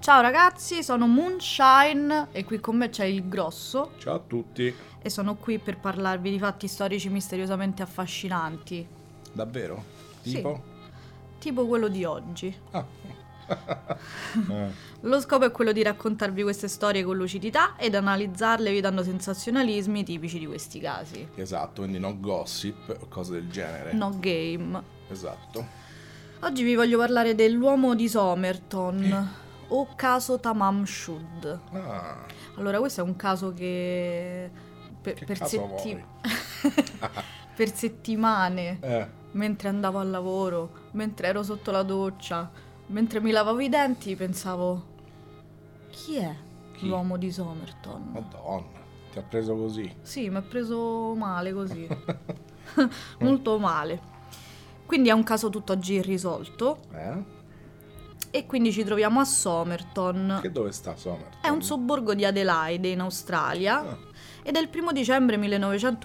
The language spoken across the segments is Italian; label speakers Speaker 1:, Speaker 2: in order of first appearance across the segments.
Speaker 1: Ciao ragazzi, sono Moonshine e qui con me c'è il grosso
Speaker 2: Ciao a tutti.
Speaker 1: e sono qui per parlarvi di fatti storici misteriosamente affascinanti,
Speaker 2: Davvero?
Speaker 1: Sì.
Speaker 2: Tipo?
Speaker 1: tipo quello di oggi.
Speaker 2: Ah. Eh,
Speaker 1: Lo scopo è quello di raccontarvi queste storie con lucidità ed analizzarle evitando sensazionalismi tipici di questi casi.
Speaker 2: esatto, quindi no gossip o cose del genere.
Speaker 1: No game.
Speaker 2: Esatto.
Speaker 1: Oggi vi voglio parlare dell'uomo di
Speaker 2: Eh.
Speaker 1: Somerton o caso Tamam Shud.
Speaker 2: Ah,
Speaker 1: Allora, questo è un caso che per,
Speaker 2: Che
Speaker 1: per
Speaker 2: caso vuoi?
Speaker 1: per settimane,
Speaker 2: eh,
Speaker 1: mentre andavo al lavoro, mentre ero sotto la doccia, mentre mi lavavo i denti, pensavo chi è
Speaker 2: Chi? Oh.
Speaker 1: l'uomo di Somerton?
Speaker 2: madonna, ti ha preso così.
Speaker 1: Sì, mi ha preso male così.
Speaker 2: Oh.
Speaker 1: Molto male. Quindi è un caso tutt'oggi irrisolto
Speaker 2: Eh?
Speaker 1: e quindi ci troviamo a Somerton.
Speaker 2: Che dove sta Somerton?
Speaker 1: È un sobborgo di Adelaide in Australia
Speaker 2: Ah,
Speaker 1: ed è il primo dicembre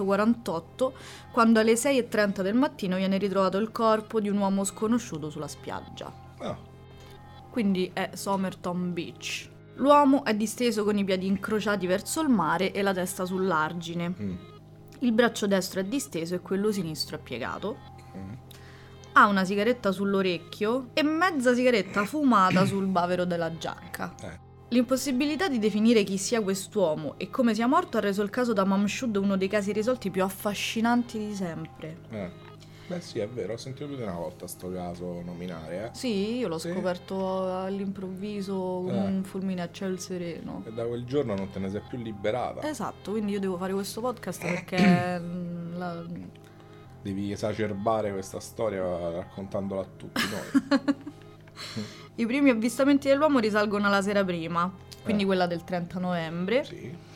Speaker 1: 1948 quando alle 6.30 del mattino viene ritrovato il corpo di un uomo sconosciuto sulla spiaggia.
Speaker 2: ah,
Speaker 1: Quindi è Somerton Beach. L'uomo è disteso con i piedi incrociati verso il mare e la testa sull'argine.
Speaker 2: mm,
Speaker 1: Il braccio destro è disteso e quello sinistro è piegato.
Speaker 2: mm.
Speaker 1: Ha una sigaretta sull'orecchio e mezza sigaretta fumata sul bavero della giacca.
Speaker 2: Eh.
Speaker 1: L'impossibilità di definire chi sia quest'uomo e come sia morto ha reso il caso da Mamshud uno dei casi risolti più affascinanti di sempre.
Speaker 2: eh. Beh sì, è vero, ho sentito più di una volta sto caso nominare, eh.
Speaker 1: Sì, io l'ho
Speaker 2: Sì.
Speaker 1: scoperto all'improvviso con
Speaker 2: Eh.
Speaker 1: un fulmine a ciel sereno.
Speaker 2: E da quel giorno non te ne sei più liberata.
Speaker 1: Esatto, quindi io devo fare questo
Speaker 2: Eh.
Speaker 1: podcast perché mm, la-
Speaker 2: Devi esacerbare questa storia raccontandola a tutti noi.
Speaker 1: i primi avvistamenti dell'uomo risalgono alla sera prima, quindi
Speaker 2: Eh.
Speaker 1: quella del 30 novembre.
Speaker 2: sì.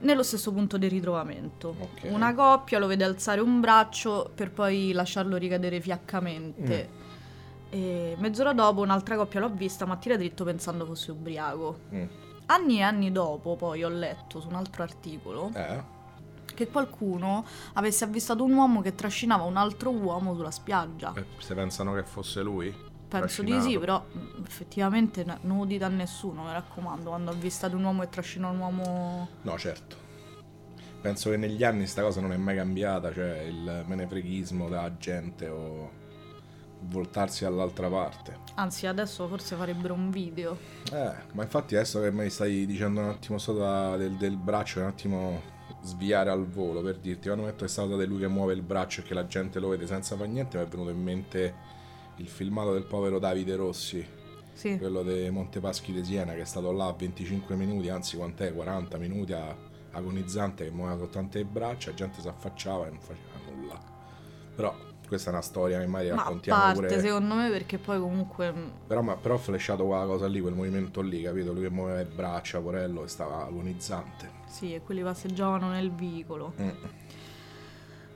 Speaker 1: nello stesso punto di ritrovamento.
Speaker 2: Ok.
Speaker 1: Una coppia lo vede alzare un braccio per poi lasciarlo ricadere fiaccamente.
Speaker 2: Mm.
Speaker 1: E mezz'ora dopo un'altra coppia l'ho vista, ma tira dritto pensando fosse ubriaco.
Speaker 2: Mm.
Speaker 1: Anni e anni dopo, poi ho letto su un altro articolo
Speaker 2: Eh?
Speaker 1: che qualcuno avesse avvistato un uomo che trascinava un altro uomo sulla spiaggia.
Speaker 2: Eh, Se pensano che fosse lui?
Speaker 1: Penso di
Speaker 2: trascinato.
Speaker 1: sì, però mh, effettivamente n- non lo dite a nessuno, mi raccomando, quando avvistate un uomo e trascina un uomo
Speaker 2: No, certo. Penso che negli anni sta cosa non è mai cambiata, cioè il menefreghismo da gente o voltarsi dall'altra parte.
Speaker 1: Anzi, adesso forse farebbero un video.
Speaker 2: Eh, ma infatti adesso che mi stai dicendo un attimo sto da- del, del braccio, un attimo sviare al volo per dirti, quando ho detto che è stata di lui che muove il braccio e che la gente lo vede senza far niente, mi è venuto in mente il filmato del povero Davide Rossi,
Speaker 1: Sì.
Speaker 2: quello dei Montepaschi di Siena che è stato là 25 minuti, anzi quant'è, 40 minuti a- agonizzante che muoveva soltanto le braccia, la gente si affacciava e non faceva nulla. Però questa è una storia che mai
Speaker 1: Ma a
Speaker 2: raccontiamo
Speaker 1: parte,
Speaker 2: pure.
Speaker 1: secondo me, perché poi comunque mm, mh,
Speaker 2: Però, ma, però ho flashato quella cosa lì, quel movimento lì, capito? Lui che muoveva le braccia, porello, che stava agonizzante.
Speaker 1: sì, e quelli passeggiavano nel vicolo.
Speaker 2: Mm.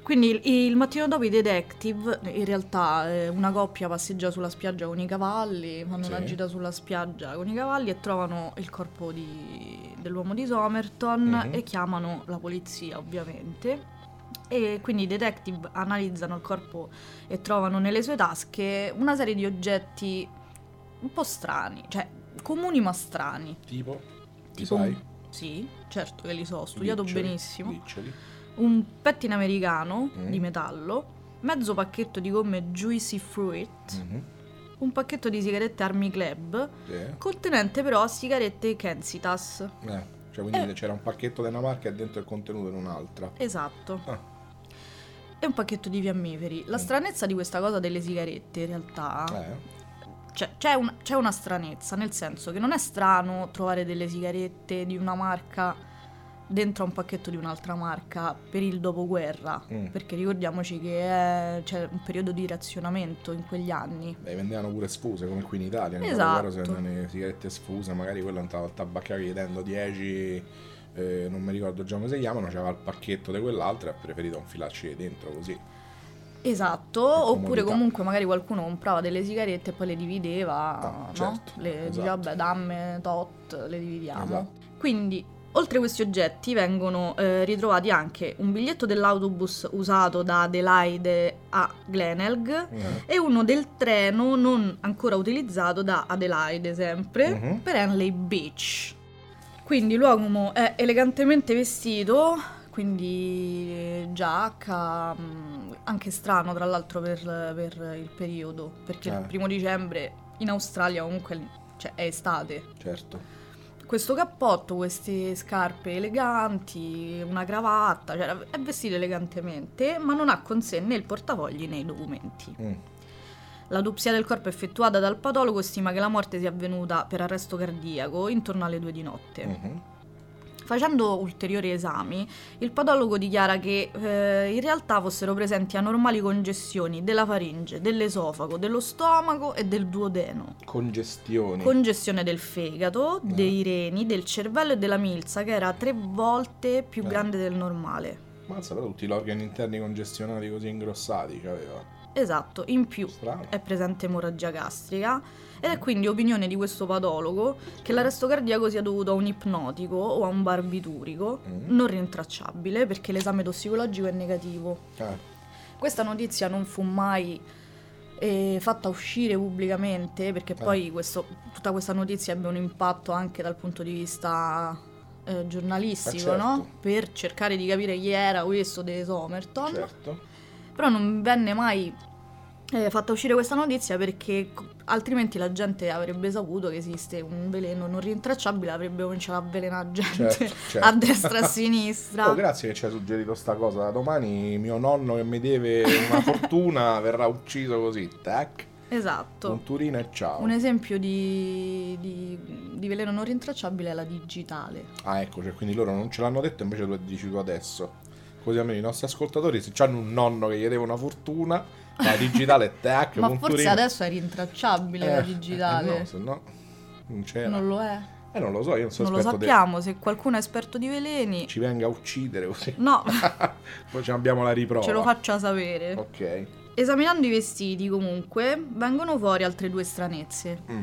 Speaker 1: Quindi il, il mattino dopo i detective, in realtà eh, una coppia passeggia sulla spiaggia con i cavalli, fanno
Speaker 2: Sì.
Speaker 1: una gita sulla spiaggia con i cavalli e trovano il corpo di- dell'uomo di Somerton
Speaker 2: Mhm.
Speaker 1: e chiamano la polizia ovviamente. E quindi i detective analizzano il corpo e trovano nelle sue tasche una serie di oggetti un po' strani, cioè comuni ma strani.
Speaker 2: Tipo? Ti
Speaker 1: Tipo
Speaker 2: sai?
Speaker 1: un- Sì, certo che li so, ho studiato
Speaker 2: Diccioli,
Speaker 1: benissimo.
Speaker 2: Diccioli.
Speaker 1: Un pettine americano
Speaker 2: Mm.
Speaker 1: di metallo, mezzo pacchetto di gomme Juicy Fruit,
Speaker 2: Mhm.
Speaker 1: un pacchetto di sigarette Army Club,
Speaker 2: Sì, eh.
Speaker 1: contenente però sigarette Kensitas.
Speaker 2: Eh, Cioè, quindi
Speaker 1: Eh.
Speaker 2: c'era un pacchetto di una marca e dentro il contenuto in un'altra.
Speaker 1: Esatto.
Speaker 2: Ah.
Speaker 1: E un pacchetto di fiammiferi. La
Speaker 2: Mm.
Speaker 1: stranezza di questa cosa delle sigarette, in realtà,
Speaker 2: Eh.
Speaker 1: Cioè, c'è, un- c'è una stranezza, nel senso che non è strano trovare delle sigarette di una marca dentro a un pacchetto di un'altra marca per il dopoguerra,
Speaker 2: Mm.
Speaker 1: perché ricordiamoci che è- c'è un periodo di razionamento in quegli anni.
Speaker 2: Beh, vendevano pure sfuse come qui in Italia. nel
Speaker 1: Esatto.
Speaker 2: dopoguerra si vendevano le sigarette sfuse, magari quello andava al tabaccaio chiedendo 10, eh, non mi ricordo già come si chiamano, c'era il pacchetto di quell'altra e ha preferito infilarci dentro così.
Speaker 1: Esatto, oppure
Speaker 2: comodità.
Speaker 1: comunque magari qualcuno comprava delle sigarette e poi le divideva,
Speaker 2: Ah,
Speaker 1: no?
Speaker 2: certo,
Speaker 1: le
Speaker 2: esatto.
Speaker 1: diceva, vabbè, damme tot, le dividiamo.
Speaker 2: Esatto.
Speaker 1: Quindi Oltre a questi oggetti vengono eh, ritrovati anche un biglietto dell'autobus usato da Adelaide a Glenelg
Speaker 2: Mhm.
Speaker 1: e uno del treno non ancora utilizzato da Adelaide sempre
Speaker 2: Mhm.
Speaker 1: per Henley Beach. Quindi l'uomo è elegantemente vestito, quindi eh, giacca, mh, anche strano tra l'altro per, per il periodo, perché
Speaker 2: Eh.
Speaker 1: il primo dicembre in Australia comunque cioè, è estate
Speaker 2: Certo.
Speaker 1: questo cappotto, queste scarpe eleganti, una cravatta, cioè è vestito elegantemente, ma non ha con sé né il portafogli né i documenti.
Speaker 2: Mm.
Speaker 1: L'autopsia del corpo effettuata dal patologo stima che la morte sia avvenuta per arresto cardiaco intorno alle due di notte.
Speaker 2: Mhm.
Speaker 1: Facendo ulteriori esami, il patologo dichiara che eh, in realtà fossero presenti anormali congestioni della faringe, dell'esofago, dello stomaco e del duodeno
Speaker 2: Mm. Congestioni.
Speaker 1: congestione del fegato, dei reni, del cervello e della milza che era tre volte più
Speaker 2: Eh.
Speaker 1: grande del normale.
Speaker 2: Mazza, però tutti gli organi interni congestionati così ingrossati che aveva.
Speaker 1: Esatto, in più
Speaker 2: Strano.
Speaker 1: è presente emorragia gastrica ed è quindi opinione di questo patologo che l'arresto cardiaco sia dovuto a un ipnotico o a un barbiturico
Speaker 2: Mm.
Speaker 1: non rintracciabile perché l'esame tossicologico è negativo.
Speaker 2: Ah,
Speaker 1: Questa notizia non fu mai eh, fatta uscire pubblicamente perché
Speaker 2: Eh.
Speaker 1: poi questo- tutta questa notizia ebbe un impatto anche dal punto di vista eh, giornalistico,
Speaker 2: Ah, certo.
Speaker 1: no? Per cercare di capire chi era questo De Somerton.
Speaker 2: certo.
Speaker 1: Però non venne mai eh, fatta uscire questa notizia perché co- altrimenti la gente avrebbe saputo che esiste un veleno non rintracciabile, avrebbe cominciato a avvelenare gente
Speaker 2: Certo, certo.
Speaker 1: Cioè, a destra e a sinistra.
Speaker 2: Oh, grazie che ci hai suggerito sta cosa. Domani mio nonno che mi deve una fortuna verrà ucciso così. Tac.
Speaker 1: esatto.
Speaker 2: Punturina e ciao.
Speaker 1: Un esempio di, di- di veleno non rintracciabile è la digitale.
Speaker 2: Ah, ecco, cioè, quindi loro non ce l'hanno detto, invece lo dici tu adesso. Così almeno i nostri ascoltatori, se hanno un nonno che gli deve una fortuna, la digitale ah, tac,
Speaker 1: Ma forse
Speaker 2: punturina.
Speaker 1: adesso è rintracciabile la
Speaker 2: Eh,
Speaker 1: digitale.
Speaker 2: eh, no, se no non c'era.
Speaker 1: non lo è.
Speaker 2: Eh, non lo so, io non so
Speaker 1: non lo
Speaker 2: esperto de-
Speaker 1: sappiamo. Se qualcuno è esperto di veleni,
Speaker 2: Ci venga a uccidere così.
Speaker 1: no,
Speaker 2: Poi ci abbiamo la riprova.
Speaker 1: ce lo faccia sapere.
Speaker 2: Ok.
Speaker 1: Esaminando i vestiti, comunque, vengono fuori altre due stranezze.
Speaker 2: Mm.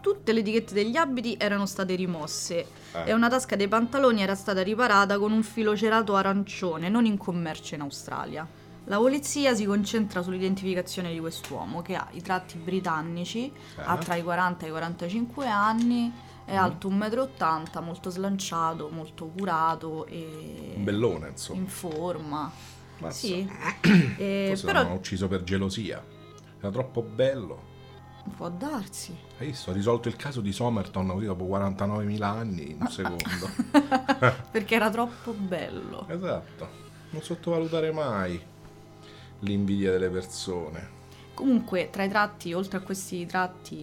Speaker 1: Tutte le etichette degli abiti erano state rimosse
Speaker 2: Eh.
Speaker 1: e una tasca dei pantaloni era stata riparata con un filo cerato arancione, non in commercio in Australia. La polizia si concentra sull'identificazione di quest'uomo che ha i tratti britannici, ha Ah, tra i 40 e i 45 anni, è
Speaker 2: Eh. Mm.
Speaker 1: alto 1,80 m, molto slanciato, molto curato e
Speaker 2: Un bellone, insomma.
Speaker 1: in forma.
Speaker 2: Mazza.
Speaker 1: Sì, Eh,
Speaker 2: Forse
Speaker 1: però
Speaker 2: l'hanno ucciso per gelosia. Era troppo bello.
Speaker 1: può darsi.
Speaker 2: Hai visto? Ha risolto il caso di Somerton così dopo 49.000 anni in un secondo.
Speaker 1: Perché era troppo bello.
Speaker 2: esatto. Non sottovalutare mai l'invidia delle persone.
Speaker 1: Comunque, tra i tratti, oltre a questi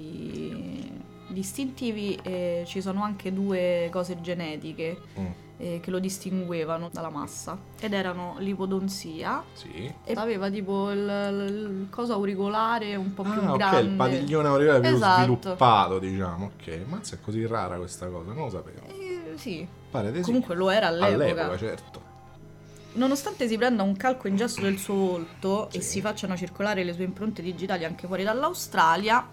Speaker 1: tratti distintivi, eh, ci sono anche due cose genetiche
Speaker 2: Mm,
Speaker 1: eh, che lo distinguevano dalla massa. Ed erano l'ipodonzia
Speaker 2: Sì.
Speaker 1: e aveva tipo il, il coso auricolare un po' più
Speaker 2: Ah, ok,
Speaker 1: grande.
Speaker 2: il padiglione auricolare più
Speaker 1: Esatto.
Speaker 2: sviluppato, diciamo. Ok, mazza, è così rara questa cosa, non lo sapevo.
Speaker 1: Eh, sì.
Speaker 2: Pare di sì.
Speaker 1: Comunque lo era all'epoca.
Speaker 2: all'epoca, certo.
Speaker 1: Nonostante si prenda un calco in gesso del suo volto e
Speaker 2: Sì.
Speaker 1: si facciano circolare le sue impronte digitali anche fuori dall'Australia,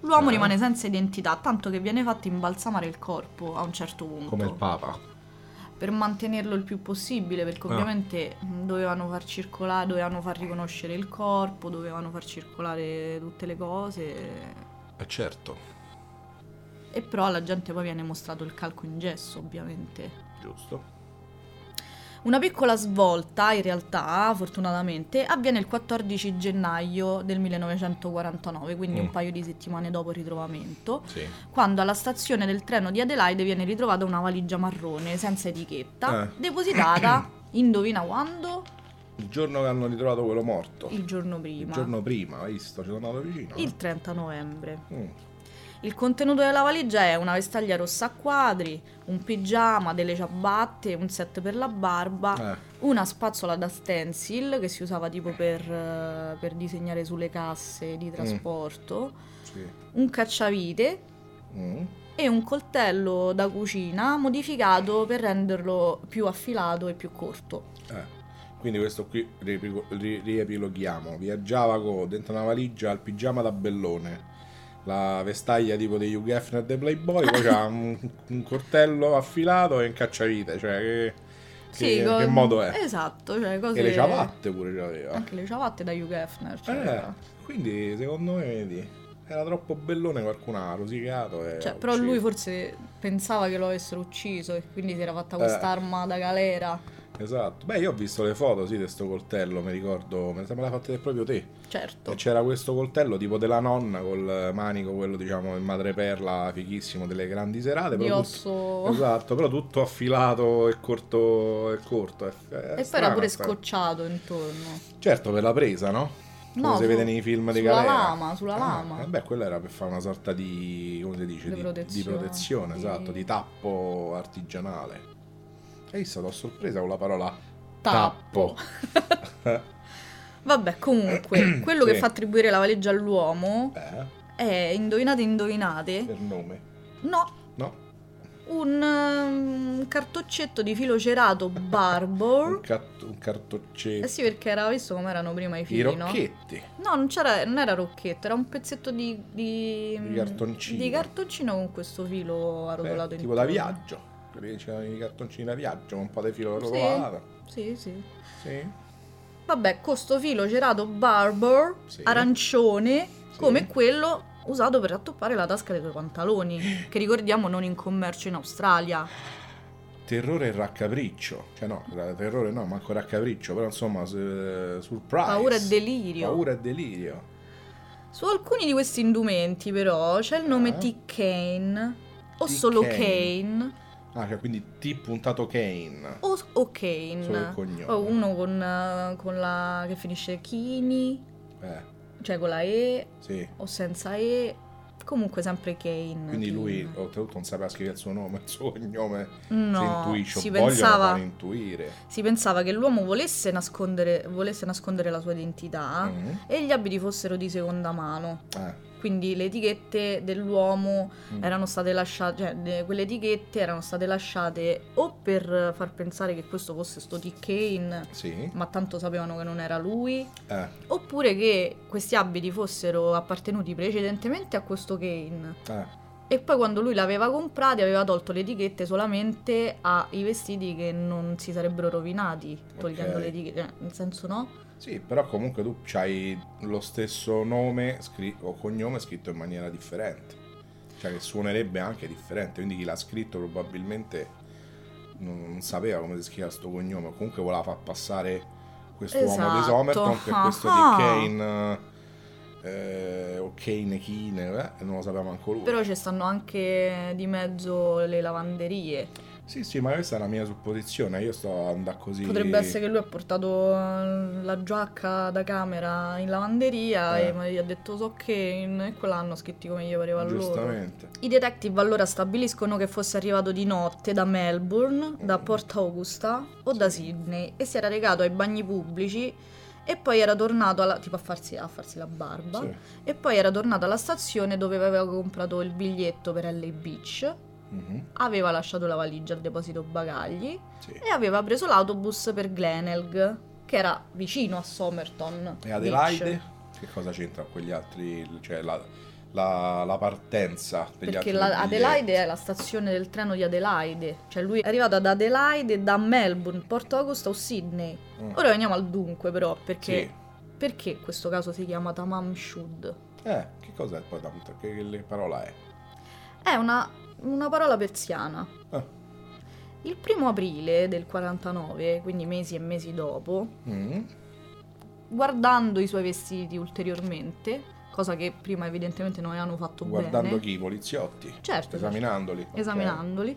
Speaker 1: l'uomo
Speaker 2: Eh.
Speaker 1: rimane senza identità, tanto che viene fatto imbalsamare il corpo a un certo punto.
Speaker 2: Come il Papa.
Speaker 1: per mantenerlo il più possibile, perché
Speaker 2: Ah.
Speaker 1: ovviamente mh, dovevano far circolare, dovevano far riconoscere il corpo, dovevano far circolare tutte le cose.
Speaker 2: Eh, certo.
Speaker 1: E però alla gente poi viene mostrato il calco in gesso, ovviamente.
Speaker 2: Giusto.
Speaker 1: Una piccola svolta, in realtà, fortunatamente, avviene il 14 gennaio del 1949, quindi
Speaker 2: Mm.
Speaker 1: un paio di settimane dopo il ritrovamento,
Speaker 2: Sì.
Speaker 1: quando alla stazione del treno di Adelaide viene ritrovata una valigia marrone senza etichetta,
Speaker 2: Eh.
Speaker 1: depositata, indovina quando?
Speaker 2: Il giorno che hanno ritrovato quello morto.
Speaker 1: Il giorno
Speaker 2: Il
Speaker 1: prima.
Speaker 2: giorno prima, hai visto? Ci sono andato vicino. eh?
Speaker 1: Il 30 novembre.
Speaker 2: Mm,
Speaker 1: Il contenuto della valigia è una vestaglia rossa a quadri, un pigiama, delle ciabatte, un set per la barba,
Speaker 2: eh,
Speaker 1: una spazzola da stencil che si usava tipo per, eh, per disegnare sulle casse
Speaker 2: Mm.
Speaker 1: di trasporto,
Speaker 2: sì.
Speaker 1: un cacciavite
Speaker 2: Mm,
Speaker 1: e un coltello da cucina modificato per renderlo più affilato e più corto.
Speaker 2: eh. Quindi questo qui ripigo- ri- riepiloghiamo. Viaggiava co- dentro una valigia al pigiama da bellone. la vestaglia tipo degli Hugh Hefner dei Playboy, poi c'ha un, un coltello affilato e un cacciavite, cioè che, che-
Speaker 1: con-
Speaker 2: che modo è?
Speaker 1: Esatto, cioè cose...
Speaker 2: E le ciabatte pure c'aveva.
Speaker 1: Anche le ciabatte da Hugh Hefner. Cioè,
Speaker 2: Eh, quindi secondo me vedi, era troppo bellone, qualcuno ha rosicato e
Speaker 1: Cioè,
Speaker 2: ha
Speaker 1: però
Speaker 2: ucciso.
Speaker 1: lui forse pensava che lo avessero ucciso e quindi si era fatta
Speaker 2: Eh.
Speaker 1: quest'arma da galera.
Speaker 2: Esatto. Beh, io ho visto le foto, sì, di sto coltello, mi ricordo, me me l'ha fatta proprio te.
Speaker 1: Certo.
Speaker 2: E c'era questo coltello tipo della nonna col manico, quello diciamo in madreperla fighissimo delle grandi serate.
Speaker 1: Di
Speaker 2: però tutto-
Speaker 1: osso.
Speaker 2: Esatto, però tutto affilato e corto. E, corto. È- è
Speaker 1: E poi era
Speaker 2: strana
Speaker 1: pure
Speaker 2: sta-
Speaker 1: scocciato intorno.
Speaker 2: Certo, per la presa, no? Come
Speaker 1: No,
Speaker 2: si
Speaker 1: su-
Speaker 2: vede nei film di
Speaker 1: sulla
Speaker 2: Galera.
Speaker 1: lama, sulla
Speaker 2: Ah,
Speaker 1: lama.
Speaker 2: Vabbè, quella era per fare una sorta di, come si dice,
Speaker 1: Di
Speaker 2: di, di protezione,
Speaker 1: protezione, di-
Speaker 2: esatto, di tappo artigianale. E io sono sorpresa con la parola
Speaker 1: Tappo. Vabbè, comunque, quello
Speaker 2: Sì.
Speaker 1: che fa attribuire la valigia all'uomo
Speaker 2: Beh,
Speaker 1: è, indovinate indovinate,
Speaker 2: Eh, per nome.
Speaker 1: no,
Speaker 2: No,
Speaker 1: un ehm, cartoccetto di filo cerato
Speaker 2: un,
Speaker 1: Barbour.
Speaker 2: cat- un cartoccetto.
Speaker 1: Eh sì, perché era visto come erano prima i
Speaker 2: I
Speaker 1: fili, no?
Speaker 2: rocchetti.
Speaker 1: No, non, c'era, non era rocchetto, era un pezzetto di, di, mm,
Speaker 2: Di cartoncino.
Speaker 1: di cartoncino con questo filo
Speaker 2: Beh,
Speaker 1: arrotolato
Speaker 2: Eh, tipo
Speaker 1: intorno.
Speaker 2: da viaggio. Quelli che c'erano i cartoncini da viaggio, con un po' di filo rotolato.
Speaker 1: Sì, sì.
Speaker 2: Sì.
Speaker 1: Vabbè, con sto filo cerato Barbour,
Speaker 2: Sì.
Speaker 1: arancione,
Speaker 2: Sì.
Speaker 1: come quello usato per rattoppare la tasca dei tuoi pantaloni, che ricordiamo non in commercio in Australia.
Speaker 2: Ah, Terrore e raccapriccio. Cioè no, ra- terrore no, manco raccapriccio, però insomma, s- surprise.
Speaker 1: Paura e delirio.
Speaker 2: Paura e delirio.
Speaker 1: Su alcuni di questi indumenti, però, c'è il nome
Speaker 2: Ah.
Speaker 1: T. Kane, o
Speaker 2: T.
Speaker 1: solo
Speaker 2: Kane.
Speaker 1: Kane,
Speaker 2: Ah, cioè quindi T puntato Kane.
Speaker 1: o, o Kane.
Speaker 2: Solo il cognome.
Speaker 1: Poi uno con, eh, con la che finisce Kini,
Speaker 2: Eh,
Speaker 1: cioè con la E,
Speaker 2: sì.
Speaker 1: o senza E, comunque sempre Kane.
Speaker 2: Quindi lui
Speaker 1: Kane.
Speaker 2: oltretutto non sapeva scrivere il suo nome, il suo cognome.
Speaker 1: No,
Speaker 2: si intuisce,
Speaker 1: si
Speaker 2: o vogliono
Speaker 1: pensava...
Speaker 2: far intuire.
Speaker 1: Si pensava che l'uomo volesse nascondere, volesse nascondere la sua identità
Speaker 2: Mm.
Speaker 1: e gli abiti fossero di seconda mano.
Speaker 2: Ah,
Speaker 1: Quindi le etichette dell'uomo
Speaker 2: Mm.
Speaker 1: erano state lasciate, cioè de- quelle etichette erano state lasciate o per far pensare che questo fosse sto Dick Kane,
Speaker 2: sì.
Speaker 1: ma tanto sapevano che non era lui,
Speaker 2: Eh,
Speaker 1: oppure che questi abiti fossero appartenuti precedentemente a questo Kane.
Speaker 2: eh.
Speaker 1: E poi quando lui l'aveva comprati aveva tolto le etichette solamente ai vestiti che non si sarebbero rovinati togliendo
Speaker 2: Ok.
Speaker 1: le etichette, Cioè, nel senso no?
Speaker 2: Sì, però comunque tu hai lo stesso nome scri- o cognome scritto in maniera differente. Cioè che suonerebbe anche differente, quindi chi l'ha scritto probabilmente non, non sapeva come si scriva sto cognome, o comunque voleva far passare questo uomo
Speaker 1: Esatto,
Speaker 2: di Somerton per questo di
Speaker 1: ah.
Speaker 2: Kane eh, o Kane Kine, eh, non lo sapeva manco lui.
Speaker 1: Però ci stanno anche di mezzo le lavanderie.
Speaker 2: Sì, sì, ma questa è la mia supposizione, io sto andando così.
Speaker 1: Potrebbe essere che lui ha portato eh, la giacca da camera in lavanderia
Speaker 2: Eh.
Speaker 1: e gli ha detto so che in e quella hanno scritti come gli pareva a loro.
Speaker 2: Giustamente.
Speaker 1: I detective allora stabiliscono che fosse arrivato di notte da Melbourne, da Port Augusta o da
Speaker 2: Sì.
Speaker 1: Sydney e si era recato ai bagni pubblici e poi era tornato alla, tipo a, farsi, a farsi la barba
Speaker 2: Sì.
Speaker 1: e poi era tornato alla stazione dove aveva comprato il biglietto per LA Beach,
Speaker 2: Mhm,
Speaker 1: aveva lasciato la valigia al deposito bagagli
Speaker 2: sì.
Speaker 1: e aveva preso l'autobus per Glenelg che era vicino a Somerton.
Speaker 2: E
Speaker 1: Beach.
Speaker 2: Adelaide? Che cosa c'entra con gli altri? Cioè la, la- la partenza degli
Speaker 1: Perché
Speaker 2: altri
Speaker 1: la-
Speaker 2: biglietti.
Speaker 1: Adelaide è la stazione del treno di Adelaide, cioè lui è arrivato ad Adelaide da Melbourne, Port Augusta o Sydney.
Speaker 2: Mm.
Speaker 1: Ora veniamo al dunque però, perché,
Speaker 2: Sì.
Speaker 1: perché questo caso si chiama Tamam Shud?
Speaker 2: Eh, che cos'è poi da Che, che le- parola è?
Speaker 1: È una, una parola persiana.
Speaker 2: Ah.
Speaker 1: Il primo aprile del 49, quindi mesi e mesi dopo,
Speaker 2: Mm,
Speaker 1: guardando i suoi vestiti ulteriormente, cosa che prima evidentemente non avevano fatto
Speaker 2: Guardando
Speaker 1: bene,
Speaker 2: chi? I poliziotti.
Speaker 1: certo, certo.
Speaker 2: Esaminandoli. ok.
Speaker 1: esaminandoli,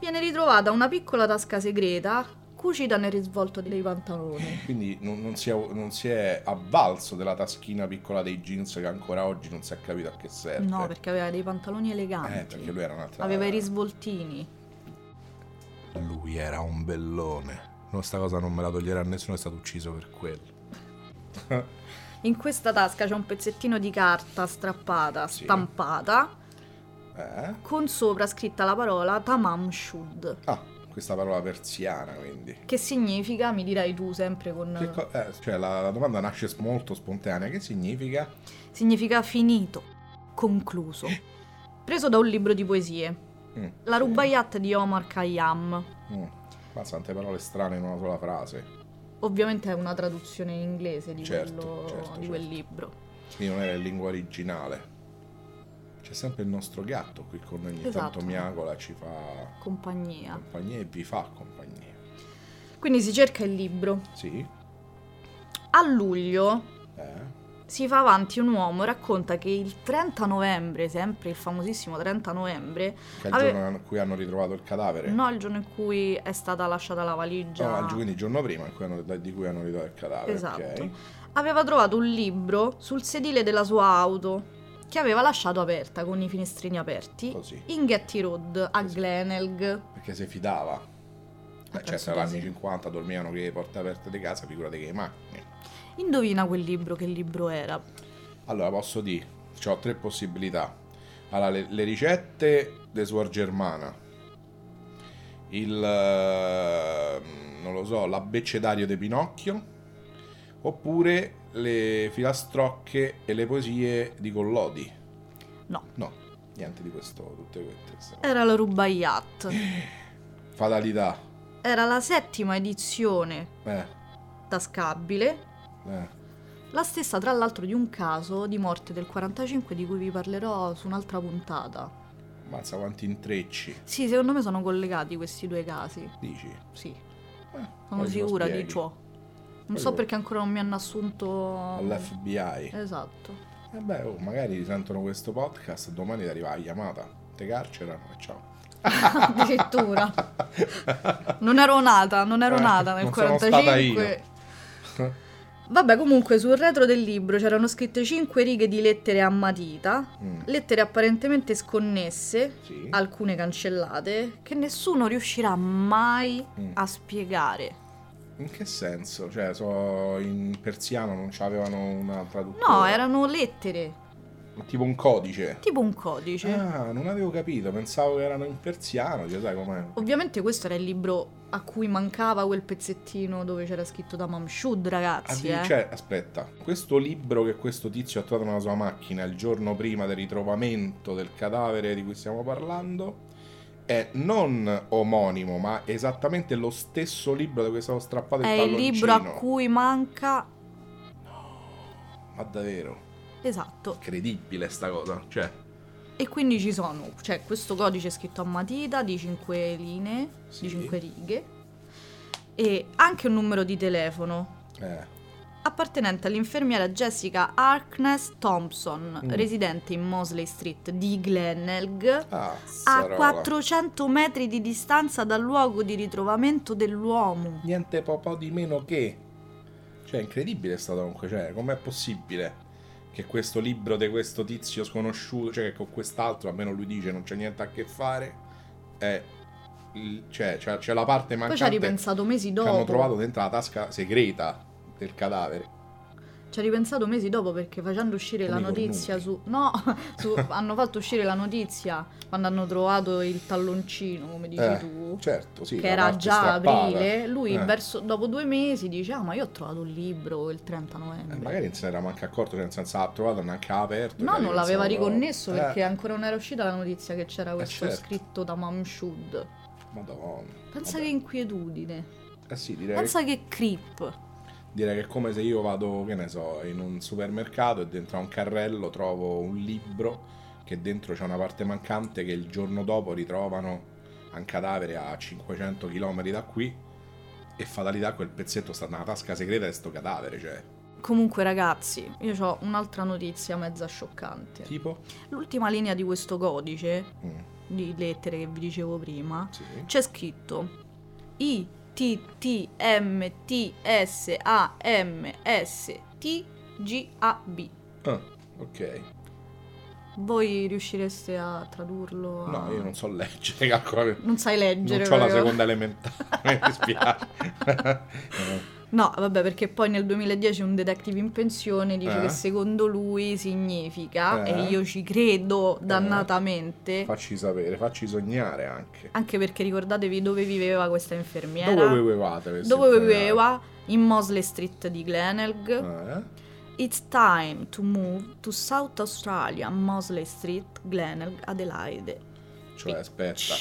Speaker 1: viene ritrovata una piccola tasca segreta cucita nel risvolto dei pantaloni.
Speaker 2: Quindi non, non si è, non si è avvalso della taschina piccola dei jeans che ancora oggi non si è capito a che serve.
Speaker 1: No, perché aveva dei pantaloni eleganti.
Speaker 2: Eh, perché lui era un'altra...
Speaker 1: Aveva i risvoltini.
Speaker 2: Lui era un bellone. No, sta cosa non me la toglierà nessuno, è stato ucciso per quello.
Speaker 1: In questa tasca c'è un pezzettino di carta strappata,
Speaker 2: Sì.
Speaker 1: stampata,
Speaker 2: Eh?
Speaker 1: con sopra scritta la parola Tamam Shud,
Speaker 2: Ah, questa parola persiana, quindi.
Speaker 1: che significa, mi dirai tu sempre con...
Speaker 2: Che co- eh, cioè, la, la domanda nasce s- molto spontanea. Che significa?
Speaker 1: significa finito. concluso. Preso da un libro di poesie.
Speaker 2: Mm.
Speaker 1: La rubaiat di Omar Khayyam.
Speaker 2: Mm. Ma tante parole strane in una sola frase.
Speaker 1: Ovviamente è una traduzione in inglese di,
Speaker 2: Certo,
Speaker 1: quello-
Speaker 2: certo,
Speaker 1: di quel
Speaker 2: certo.
Speaker 1: libro.
Speaker 2: Quindi non era in lingua originale. C'è sempre il nostro gatto qui con noi, ogni
Speaker 1: Esatto. Ah.
Speaker 2: tanto miagola, ci fa
Speaker 1: Compagnia.
Speaker 2: compagnia e vi fa compagnia.
Speaker 1: Quindi si cerca il libro.
Speaker 2: Sì?
Speaker 1: A luglio
Speaker 2: Eh?
Speaker 1: si fa avanti un uomo e racconta che il 30 novembre, sempre il famosissimo 30 novembre,
Speaker 2: Che è il
Speaker 1: Ave-
Speaker 2: giorno in cui hanno ritrovato il cadavere.
Speaker 1: no il giorno in cui è stata lasciata la valigia.
Speaker 2: Ah, il gio- quindi il giorno prima in cui hanno- di cui hanno ritrovato il cadavere.
Speaker 1: Esatto.
Speaker 2: ok?
Speaker 1: Aveva trovato un libro sul sedile della sua auto che aveva lasciato aperta con i finestrini aperti
Speaker 2: Così.
Speaker 1: in Getty Road a Glenelg.
Speaker 2: Perché se fidava. Beh, cioè,
Speaker 1: penso
Speaker 2: se
Speaker 1: di
Speaker 2: anni
Speaker 1: sì.
Speaker 2: 50 dormivano che le porte aperte di casa, figurate che le macchine.
Speaker 1: Indovina quel libro che libro era.
Speaker 2: Allora, posso dire, ho tre possibilità. Allora, le, le ricette di Suor Germana. Il... eh, non lo so, l'abbecedario di Pinocchio. Oppure le filastrocche e le poesie di Collodi.
Speaker 1: No,
Speaker 2: No, niente di questo, tutte queste.
Speaker 1: era la Rubaiat.
Speaker 2: Fatalità.
Speaker 1: Era la settima edizione
Speaker 2: Eh,
Speaker 1: tascabile,
Speaker 2: eh.
Speaker 1: la stessa tra l'altro di un caso di morte del 45 di cui vi parlerò su un'altra puntata.
Speaker 2: Mazza quanti intrecci,
Speaker 1: Sì, secondo me sono collegati questi due casi.
Speaker 2: dici?
Speaker 1: Sì,
Speaker 2: Eh,
Speaker 1: sono
Speaker 2: poi ce lo
Speaker 1: sicura di
Speaker 2: spieghi.
Speaker 1: ciò. Non
Speaker 2: Poi
Speaker 1: so
Speaker 2: lo-
Speaker 1: perché ancora non mi hanno assunto
Speaker 2: All'FBI.
Speaker 1: Esatto.
Speaker 2: E beh, oh, magari sentono questo podcast, domani ti arriva la chiamata. Te carcerano e ciao.
Speaker 1: Addirittura. Non ero nata, non ero
Speaker 2: Eh,
Speaker 1: nata nel
Speaker 2: non sono stata
Speaker 1: 45. Vabbè, comunque sul retro del libro c'erano scritte 5 righe di lettere a matita,
Speaker 2: Mm.
Speaker 1: lettere apparentemente sconnesse,
Speaker 2: Sì.
Speaker 1: alcune cancellate, che nessuno riuscirà mai
Speaker 2: Mm.
Speaker 1: a spiegare.
Speaker 2: In che senso? Cioè, so, in persiano non c'avevano una traduzione.
Speaker 1: No, erano lettere,
Speaker 2: Tipo un codice.
Speaker 1: tipo un codice.
Speaker 2: Ah, non avevo capito, pensavo che erano in persiano, cioè, sai com'è?
Speaker 1: Ovviamente questo era il libro a cui mancava quel pezzettino dove c'era scritto da Mamshud, ragazzi.
Speaker 2: Addir-
Speaker 1: eh.
Speaker 2: Cioè, aspetta, questo libro che questo tizio ha trovato nella sua macchina il giorno prima del ritrovamento del cadavere di cui stiamo parlando è non omonimo, ma esattamente lo stesso libro da cui è stato strappato il
Speaker 1: È il
Speaker 2: palloncino.
Speaker 1: libro a cui manca
Speaker 2: Ma davvero,
Speaker 1: Esatto,
Speaker 2: credibile sta cosa, cioè,
Speaker 1: e quindi ci sono, cioè questo codice scritto a matita di 5 linee,
Speaker 2: Sì.
Speaker 1: di 5 righe, e anche un numero di telefono
Speaker 2: eh,
Speaker 1: appartenente all'infermiera Jessica Harkness Thompson,
Speaker 2: Mm.
Speaker 1: residente in Mosley Street di Glenelg,
Speaker 2: Ah,
Speaker 1: a
Speaker 2: cazzarola.
Speaker 1: 400 metri di distanza dal luogo di ritrovamento dell'uomo.
Speaker 2: Niente po', po' di meno che. Cioè, è incredibile sta comunque, cioè, com'è possibile che questo libro di questo tizio sconosciuto, cioè che con quest'altro, almeno lui dice, non c'è niente a che fare, è... il- cioè, c'è, c'è la
Speaker 1: Poi
Speaker 2: parte
Speaker 1: ci ha
Speaker 2: mancante che
Speaker 1: ripensato mesi
Speaker 2: hanno trovato
Speaker 1: dopo.
Speaker 2: dentro la tasca segreta del cadavere.
Speaker 1: Ci ha ripensato mesi dopo perché facendo uscire la
Speaker 2: Come i
Speaker 1: notizia su.
Speaker 2: cornuti.
Speaker 1: No, su- hanno fatto uscire la notizia quando hanno trovato il talloncino, come dici
Speaker 2: Eh,
Speaker 1: tu.
Speaker 2: Certo, sì.
Speaker 1: che
Speaker 2: la
Speaker 1: era
Speaker 2: parte
Speaker 1: già
Speaker 2: strappata.
Speaker 1: aprile. Lui,
Speaker 2: Eh,
Speaker 1: verso- dopo due mesi, dice: Ah, ma io ho trovato un libro il 30
Speaker 2: eh,
Speaker 1: novembre.
Speaker 2: magari non se n'era manco accorto, cioè, nel senso l'ha trovato, neanche l'ha aperto.
Speaker 1: No,
Speaker 2: magari
Speaker 1: non l'aveva
Speaker 2: pensava-
Speaker 1: riconnesso
Speaker 2: Eh,
Speaker 1: perché ancora non era uscita la notizia che c'era questo
Speaker 2: certo.
Speaker 1: scritto da Mamshud.
Speaker 2: Madonna.
Speaker 1: Pensa
Speaker 2: Vabbè.
Speaker 1: che inquietudine.
Speaker 2: Eh sì, direi che
Speaker 1: Pensa che creep.
Speaker 2: Direi che è come se io vado, che ne so, in un supermercato e dentro a un carrello trovo un libro che dentro c'è una parte mancante che il giorno dopo ritrovano a un cadavere a 500 km da qui e fatalità quel pezzetto sta nella tasca segreta di sto cadavere, cioè,
Speaker 1: Comunque, ragazzi, io ho un'altra notizia mezza scioccante.
Speaker 2: tipo...
Speaker 1: L'ultima linea di questo codice
Speaker 2: Mm,
Speaker 1: di lettere che vi dicevo prima,
Speaker 2: sì.
Speaker 1: c'è scritto I T T M T S A M S T G A B.
Speaker 2: Ah, ok.
Speaker 1: Voi riuscireste a tradurlo? a-
Speaker 2: No, io non so leggere, calcola che...
Speaker 1: Non sai
Speaker 2: Non
Speaker 1: leggere.
Speaker 2: ho la
Speaker 1: proprio.
Speaker 2: seconda elementare, mi spiace.
Speaker 1: No, vabbè, perché poi nel 2010 un detective in pensione dice
Speaker 2: Eh.
Speaker 1: che secondo lui significa,
Speaker 2: Eh.
Speaker 1: e io ci credo dannatamente,
Speaker 2: facci sapere, facci sognare anche.
Speaker 1: anche perché ricordatevi dove viveva questa infermiera.
Speaker 2: Dove vivevate? questi
Speaker 1: dove
Speaker 2: infermieri?
Speaker 1: viveva in Mosley Street di Glenelg
Speaker 2: Eh?
Speaker 1: It's time to move to South Australia, Mosley Street, Glenelg, Adelaide.
Speaker 2: Cioè, aspetta, Cioè,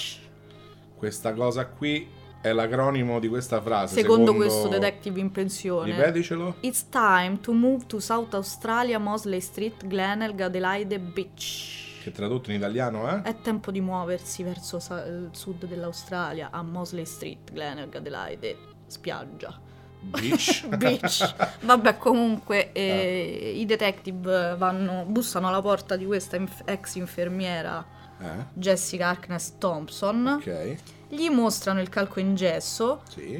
Speaker 2: questa cosa qui è l'acronimo di questa frase.
Speaker 1: Secondo, questo detective in pensione.
Speaker 2: Ripeticelo.
Speaker 1: It's time to move to South Australia, Mosley Street, Glenelg, Adelaide Beach.
Speaker 2: Che tradotto in italiano, eh?
Speaker 1: È tempo di muoversi verso sa- il sud dell'Australia, a Mosley Street, Glenelg, Adelaide, spiaggia.
Speaker 2: Beach.
Speaker 1: Bitch. Vabbè, comunque eh, i detective vanno, bussano alla porta di questa inf- ex infermiera
Speaker 2: Eh,
Speaker 1: Jessica Harkness Thompson.
Speaker 2: ok.
Speaker 1: Gli mostrano il calco in gesso
Speaker 2: Sì.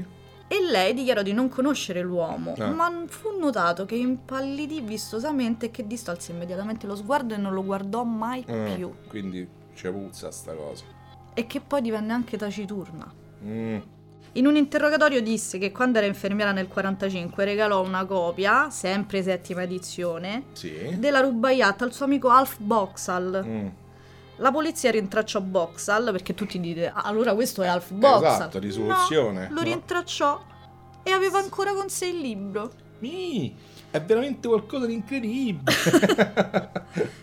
Speaker 1: e lei dichiarò di non conoscere l'uomo,
Speaker 2: Ah.
Speaker 1: ma fu notato che impallidì vistosamente e che distolse immediatamente lo sguardo e non lo guardò mai
Speaker 2: Mm,
Speaker 1: più.
Speaker 2: Quindi c'è puzza sta cosa.
Speaker 1: E che poi divenne anche taciturna.
Speaker 2: Mm,
Speaker 1: In un interrogatorio disse che quando era infermiera nel 45 regalò una copia, sempre settima edizione,
Speaker 2: sì.
Speaker 1: della rubaiata al suo amico Alf Boxall.
Speaker 2: Mm.
Speaker 1: La polizia rintracciò Boxall perché tutti dite "Ah, allora questo è Alf Boxall.
Speaker 2: Esatto, risoluzione.
Speaker 1: No, lo
Speaker 2: No.
Speaker 1: rintracciò e aveva ancora con sé il libro.
Speaker 2: Mi, è veramente qualcosa di incredibile.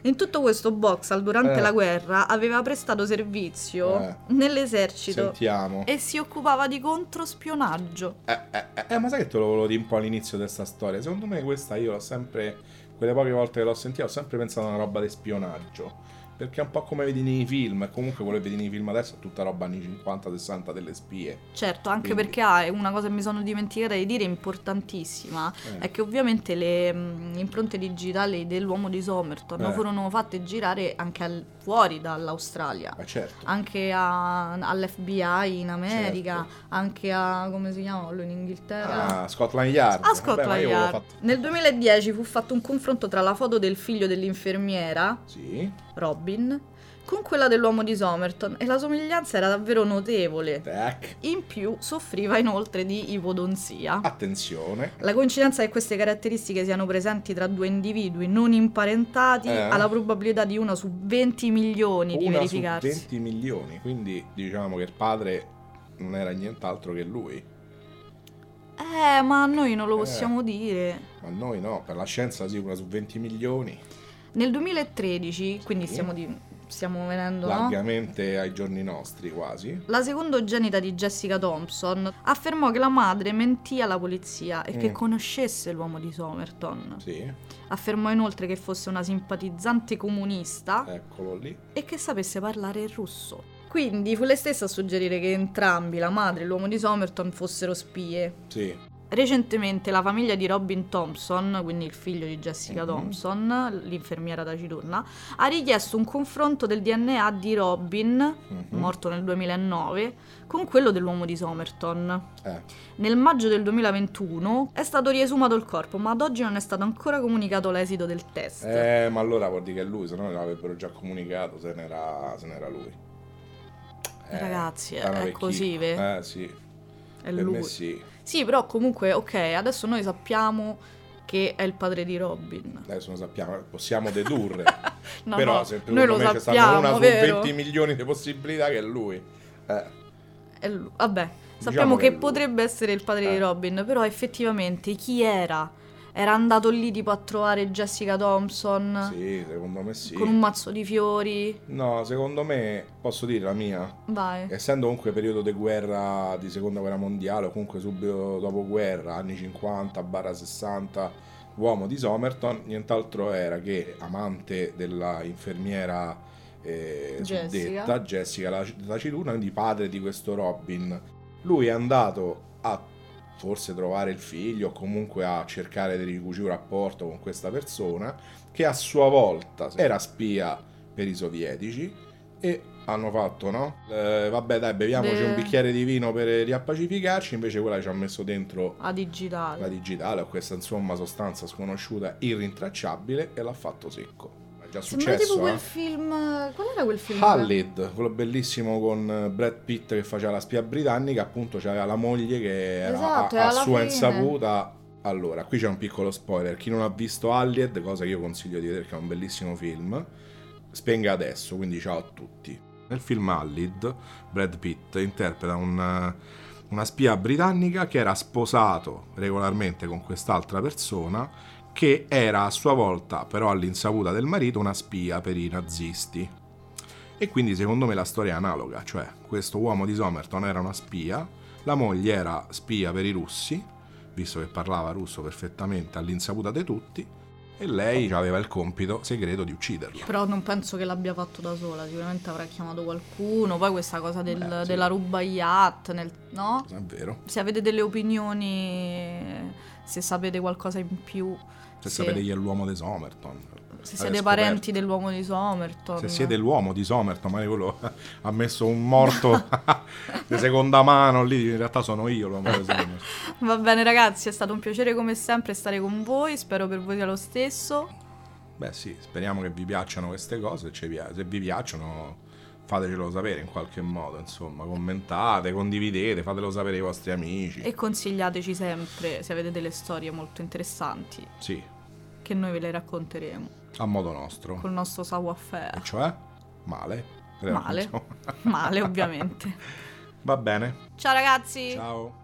Speaker 1: In tutto questo Boxall durante
Speaker 2: Eh.
Speaker 1: la guerra aveva prestato servizio
Speaker 2: Eh.
Speaker 1: nell'esercito
Speaker 2: Sentiamo.
Speaker 1: e si occupava di controspionaggio.
Speaker 2: Eh, eh, eh, eh, ma sai che te lo volevo dire un po' all'inizio di questa storia? Secondo me questa io l'ho sempre, quelle poche volte che l'ho sentita, ho sempre pensato a una roba di spionaggio. Perché è un po' come vedi nei film, e comunque quello che vedi nei film adesso è tutta roba anni 50-60 delle spie.
Speaker 1: Certo, anche
Speaker 2: Quindi-
Speaker 1: perché ah, è una cosa che mi sono dimenticata di dire importantissima
Speaker 2: Eh,
Speaker 1: è che ovviamente le mh, impronte digitali dell'uomo di Somerton
Speaker 2: Eh.
Speaker 1: furono fatte girare anche al- fuori dall'Australia,
Speaker 2: ma certo.
Speaker 1: anche a- all'FBI in America, anche a come si chiama quello in Inghilterra.
Speaker 2: Certo. Ah, Scotland Yard.
Speaker 1: A
Speaker 2: Vabbè, ma
Speaker 1: Scotland
Speaker 2: io avevo
Speaker 1: Yard.
Speaker 2: fatto-
Speaker 1: Nel 2010 fu fatto un confronto tra la foto del figlio dell'infermiera,
Speaker 2: Sì,
Speaker 1: Robin, con quella dell'uomo di Somerton e la somiglianza era davvero notevole.
Speaker 2: tac.
Speaker 1: In più soffriva inoltre di ipodonzia.
Speaker 2: Attenzione.
Speaker 1: La coincidenza che queste caratteristiche siano presenti tra due individui non imparentati
Speaker 2: Eh.
Speaker 1: ha la probabilità di una su 20 milioni di
Speaker 2: Una su
Speaker 1: verificarsi.
Speaker 2: 20 milioni, quindi diciamo che il padre non era nient'altro che lui.
Speaker 1: Eh, ma noi non lo
Speaker 2: Eh.
Speaker 1: possiamo dire.
Speaker 2: Ma noi no, per la scienza sì, una su 20 milioni,
Speaker 1: Nel 2013, quindi
Speaker 2: Sì.
Speaker 1: stiamo, di- stiamo venendo, no?
Speaker 2: largamente ai giorni nostri quasi.
Speaker 1: La secondogenita di Jessica Thompson affermò che la madre mentì alla polizia e che
Speaker 2: Mm.
Speaker 1: conoscesse l'uomo di Somerton.
Speaker 2: Sì,
Speaker 1: Affermò inoltre che fosse una simpatizzante comunista
Speaker 2: eccolo lì.
Speaker 1: e che sapesse parlare il russo. Quindi fu lei stessa a suggerire che entrambi, la madre e l'uomo di Somerton, fossero spie.
Speaker 2: Sì,
Speaker 1: Recentemente la famiglia di Robin Thompson, quindi il figlio di Jessica
Speaker 2: Mhm.
Speaker 1: Thompson, l'infermiera taciturna, ha richiesto un confronto del DNA di Robin,
Speaker 2: mhm.
Speaker 1: morto nel 2009, con quello dell'uomo di Somerton.
Speaker 2: Eh,
Speaker 1: Nel maggio del 2021 è stato riesumato il corpo, ma ad oggi non è stato ancora comunicato l'esito del test.
Speaker 2: eh, ma allora vuol dire che è lui, se no l'avrebbero già comunicato se n'era, se n'era lui. Eh,
Speaker 1: Ragazzi,
Speaker 2: era una
Speaker 1: è
Speaker 2: vecchina.
Speaker 1: così, ve?
Speaker 2: Eh sì,
Speaker 1: È
Speaker 2: per
Speaker 1: lui.
Speaker 2: me sì.
Speaker 1: Sì, però comunque, ok, adesso noi sappiamo che è il padre di Robin.
Speaker 2: Adesso non sappiamo, possiamo dedurre.
Speaker 1: No,
Speaker 2: Però
Speaker 1: no,
Speaker 2: se per
Speaker 1: noi lo
Speaker 2: me c'è
Speaker 1: sappiamo,
Speaker 2: una su
Speaker 1: vero?
Speaker 2: 20 milioni di possibilità che è lui. Eh,
Speaker 1: È lui. Vabbè, sappiamo
Speaker 2: Diciamo che
Speaker 1: che,
Speaker 2: è lui.
Speaker 1: potrebbe essere il padre di
Speaker 2: Eh.
Speaker 1: Robin, però effettivamente chi era? Era andato lì tipo a trovare Jessica Thompson
Speaker 2: sì, secondo me sì.
Speaker 1: Ah. con un mazzo di fiori?
Speaker 2: No, secondo me, posso dire la mia,
Speaker 1: Vai.
Speaker 2: Essendo comunque periodo di guerra, di seconda guerra mondiale, o comunque subito dopo guerra, anni 50-60, l'uomo di Somerton, nient'altro era che amante della infermiera eh,
Speaker 1: Jessica.
Speaker 2: suddetta, Jessica la taciturna, quindi padre di questo Robin. Lui è andato a forse trovare il figlio o comunque a cercare di ricucire un rapporto con questa persona che a sua volta era spia per i sovietici e hanno fatto no? Eh, vabbè dai beviamoci
Speaker 1: De-
Speaker 2: un bicchiere di vino per riappacificarci invece quella ci ha messo dentro
Speaker 1: A digitale.
Speaker 2: la digitale o questa insomma sostanza sconosciuta irrintracciabile e l'ha fatto secco è già
Speaker 1: Sembra tipo
Speaker 2: successo
Speaker 1: quel
Speaker 2: eh?
Speaker 1: film. Qual era quel film?
Speaker 2: Hallid, quello bellissimo con eh, Brad Pitt che faceva la spia britannica, appunto c'era la moglie che era
Speaker 1: Esatto, e
Speaker 2: a, a
Speaker 1: alla
Speaker 2: sua
Speaker 1: fine-
Speaker 2: insaputa. Allora, qui c'è un piccolo spoiler. Chi non ha visto Hallid, cosa che io consiglio di vedere perché è un bellissimo film, spenga adesso, quindi ciao a tutti. Nel film Hallid, Brad Pitt interpreta un, eh, una spia britannica che era sposato regolarmente con quest'altra persona che era a sua volta, però all'insaputa del marito, una spia per i nazisti. E quindi secondo me la storia è analoga, cioè questo uomo di Somerton era una spia, la moglie era spia per i russi, visto che parlava russo perfettamente all'insaputa di tutti, e lei aveva il compito segreto di ucciderlo.
Speaker 1: Però non penso che l'abbia fatto da sola, sicuramente avrà chiamato qualcuno. Poi questa cosa del-
Speaker 2: Beh, sì.
Speaker 1: della rubagliat, nel, no?
Speaker 2: È vero?
Speaker 1: Se avete delle opinioni, se sapete qualcosa in più,
Speaker 2: Se
Speaker 1: Sì.
Speaker 2: sapete chi è l'uomo di Somerton.
Speaker 1: se
Speaker 2: avete
Speaker 1: siete
Speaker 2: scoperto.
Speaker 1: parenti dell'uomo di Somerton.
Speaker 2: Se siete l'uomo di Somerton, ma quello ha messo un morto di seconda mano lì, in realtà sono io l'uomo di Somerton.
Speaker 1: Va bene ragazzi, è stato un piacere come sempre stare con voi, spero per voi sia lo stesso.
Speaker 2: Beh sì, speriamo che vi piacciono queste cose, ci pia- se vi piacciono fatecelo sapere in qualche modo, insomma, commentate, condividete, fatelo sapere ai vostri amici.
Speaker 1: E consigliateci sempre se avete delle storie molto interessanti,
Speaker 2: Sì,
Speaker 1: che noi ve le racconteremo
Speaker 2: a modo nostro.
Speaker 1: col nostro
Speaker 2: E
Speaker 1: savoir-faire.
Speaker 2: cioè, male.
Speaker 1: Male.
Speaker 2: Insomma.
Speaker 1: Male, ovviamente.
Speaker 2: Va bene,
Speaker 1: Ciao ragazzi!
Speaker 2: ciao.